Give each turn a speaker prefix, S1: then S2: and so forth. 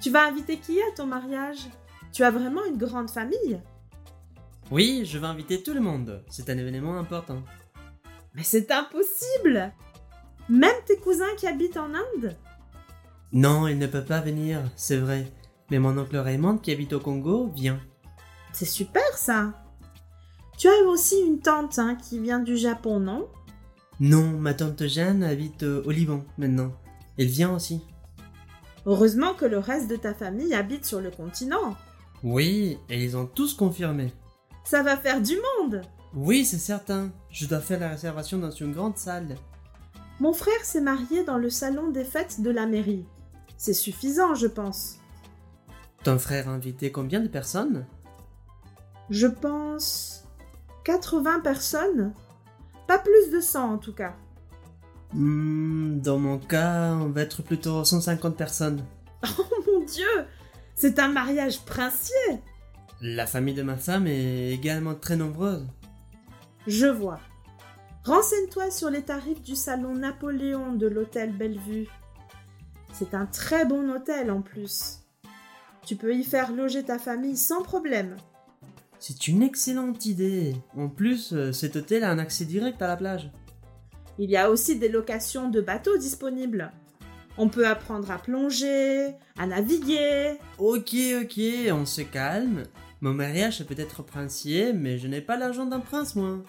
S1: Tu vas inviter qui à ton mariage Tu as vraiment une grande famille
S2: Oui, je vais inviter tout le monde. C'est un événement important.
S1: Mais c'est impossible Même tes cousins qui habitent en Inde
S2: Non, il ne peut pas venir, c'est vrai. Mais mon oncle Raymond qui habite au Congo vient.
S1: C'est super ça Tu as aussi une tante hein, qui vient du Japon, non
S2: Non, ma tante Jeanne habite euh, au Liban maintenant. Elle vient aussi.
S1: Heureusement que le reste de ta famille habite sur le continent.
S2: Oui, et ils ont tous confirmé.
S1: Ça va faire du monde
S2: Oui, c'est certain. Je dois faire la réservation dans une grande salle.
S1: Mon frère s'est marié dans le salon des fêtes de la mairie. C'est suffisant, je pense.
S2: Ton frère a invité combien de personnes
S1: Je pense 80 personnes. Pas plus de 100 en tout cas.
S2: Hmm, Dans mon cas, on va être plutôt 150 personnes.
S1: Oh mon Dieu C'est un mariage princier
S2: La famille de ma femme est également très nombreuse.
S1: Je vois. Renseigne-toi sur les tarifs du salon Napoléon de l'hôtel Bellevue. C'est un très bon hôtel en plus. Tu peux y faire loger ta famille sans problème.
S2: C'est une excellente idée. En plus, euh, cet hôtel a un accès direct à la plage.
S1: Il y a aussi des locations de bateaux disponibles. On peut apprendre à plonger, à naviguer.
S2: Ok, ok, on se calme. Mon mariage est peut-être princier, mais je n'ai pas l'argent d'un prince, moi.